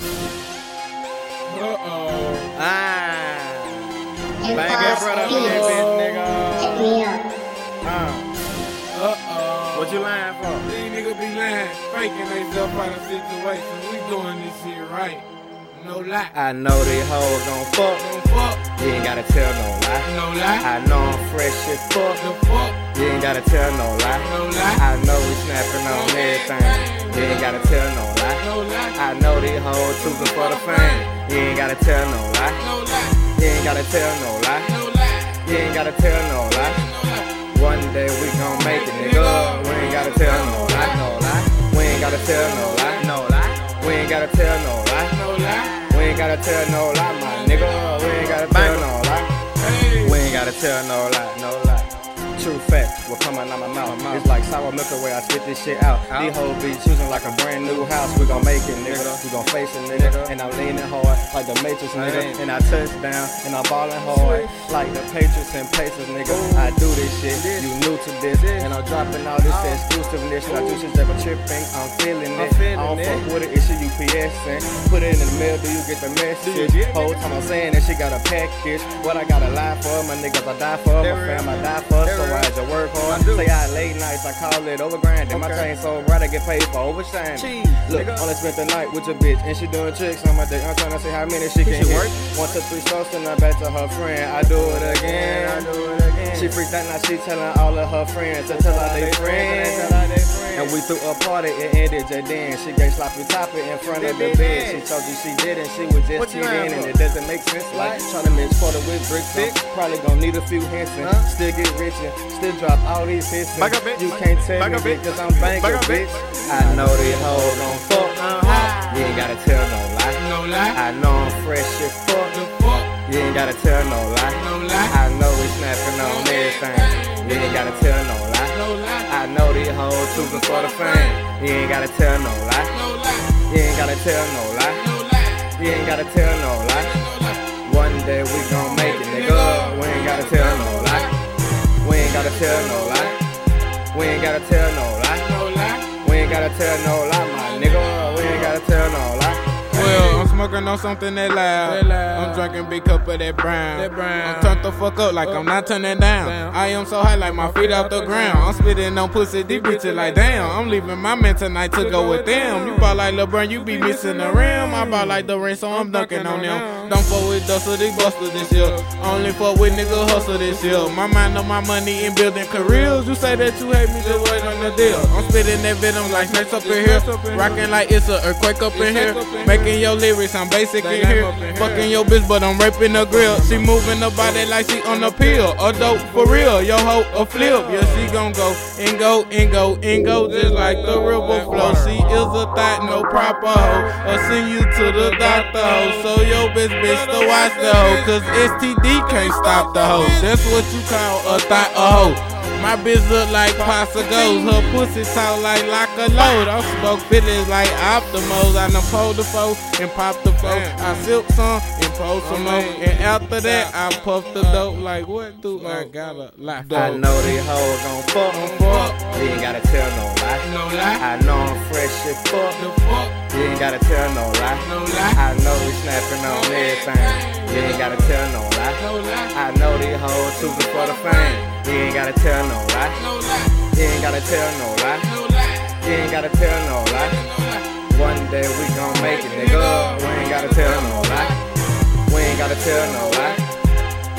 and Ah. Bang that false bread up in that peace. bitch, Hit me up. nigga. Uh, Uh-oh. what you lying for? These niggas be lying, faking themselves out of situations. We doing this shit right. No lie. I know these hoes gon' fuck. Don't fuck. You ain't gotta tell no lie. No lie. I know I'm fresh as fuck. The fuck. You ain't gotta tell no lie. No lie. I know we snapping on everything. You ain't gotta tell no lie. No lie. I know these hoes choosing for the fame. You ain't gotta tell no lie. No lie. You ain't gotta tell no lie. No lie. You ain't gotta tell no lie. No lie. One day we gon' make it, nigga. We ain't gotta tell no lie, no lie. We ain't gotta tell no lie, no lie. We ain't gotta tell no lie. No lie. We ain't gotta tell no lie, my nigga. We ain't gotta tell no lie. Hey. We ain't gotta tell no lie, no lie. True facts will come out of my mouth. It's like sour milk the way I spit this shit out. These hoes be choosing like a brand new house. We gon' make it, nigga. We gon' face it, nigga. And I'm leaning hard like the Matrix, nigga. And I touch down and I'm ballin' hard like the Patriots and Pacers, nigga. I do this shit. You new to this, and I'm dropping all this exclusiveness. I do shit that I'm tripping. I'm feeling it. I don't fuck with it. It's a UPS and put it in the mail. Do you get the message? Whole time I'm saying that she got a package. What I gotta lie for? My niggas I die for. My fam I die for. So I had to work hard. Say I late nights. I call it over grinding. My chain so bright I get paid for overshine. Look, only spent the night with your bitch and she doing tricks on my dick. I'm trying to see how many she can hit. One to three strokes and I back to her friend. I do it again. I do it again. She freaked out now. She telling all of her friends to tell all they friends. And we threw a party, it ended just then. She gave sloppy toppy in front of the bed. She told you she didn't, she was just cheating, and it doesn't make sense. Like trying to mix quarter with bricks, I'm probably gonna need a few hints and still get rich and still drop all these hits. and Back up, bitch. You can't tell Back me up, bitch. because I'm banking, Back up, bitch. bitch. I know these hoes gon' fuck. Uh-huh. You ain't gotta tell no lie. No lie. I know I'm fresh as The fuck. fuck. You ain't gotta tell no lie. No lie. I know we snapping on everything. You ain't gotta tell no lie. No lie. I know these hoes choosing for the fame. You ain't gotta tell no lie. No lie. You ain't gotta tell no lie. No lie. You ain't gotta tell no lie. No lie. One day we gon' make it, nigga. We ain't gotta tell no lie. We ain't gotta tell no lie. We ain't gotta tell no lie. No lie. We ain't gotta tell no lie, my nigga. We ain't gotta tell no lie. Well, I'm smoking on something that loud. I'm drinking big cup of that brown. I'm turned the fuck up like I'm not turning down. I am so high like my feet off the ground. I'm spitting on pussy, these bitches like damn. I'm leaving my man tonight to go with them. You ball like LeBron, you be missing the rim. I ball like the rim, so I'm dunking on them. Don't fuck with Dustle, these busters this year. Only fuck with nigga hustle this year. My mind on my money and building careers. You say that you hate me, just wait on the deal. I'm spitting that venom like snakes up in here. Rocking like it's a earthquake up in here. Making your lyrics, I'm basic in here. Fucking your bitch, but I'm raping the grill. She moving her body like she on a pill. A dope for real, yo hoe a flip. Yeah, she gon' go and go and go and go just like the river flow. She is a thought, no proper hoe. I'll send you to the doctor hoe. So yo bitch, bitch, to watch the hoe. Cause STD can't stop the hoe. That's what you call a thought a hoe. My bitch look like pasta goes, her pussy talk like lock a load. I smoke feelings like optimos. I done pull the foe and pop the foe. I sip some and pull some more. And after that, I puff the dope like what do I gotta laugh I know these hoes gon' fuck. Fuck, You ain't gotta tell no lie. no lie, I know I'm fresh as fuck. the fuck, You ain't gotta tell no lie. no lie, I know we snapping on everything. You ain't gotta tell no lie. no lie, I know these hoes choosing for the fame. You ain't gotta tell no lie. no lie, You ain't gotta tell no lie. no lie, You ain't gotta tell no lie. no lie, One day we gon' make it, nigga. We ain't gotta tell no lie. We ain't gotta tell no lie.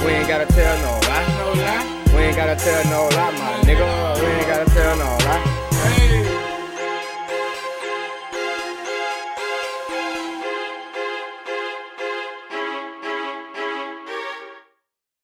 We ain't gotta tell no lie. no lie. We ain't gotta tell no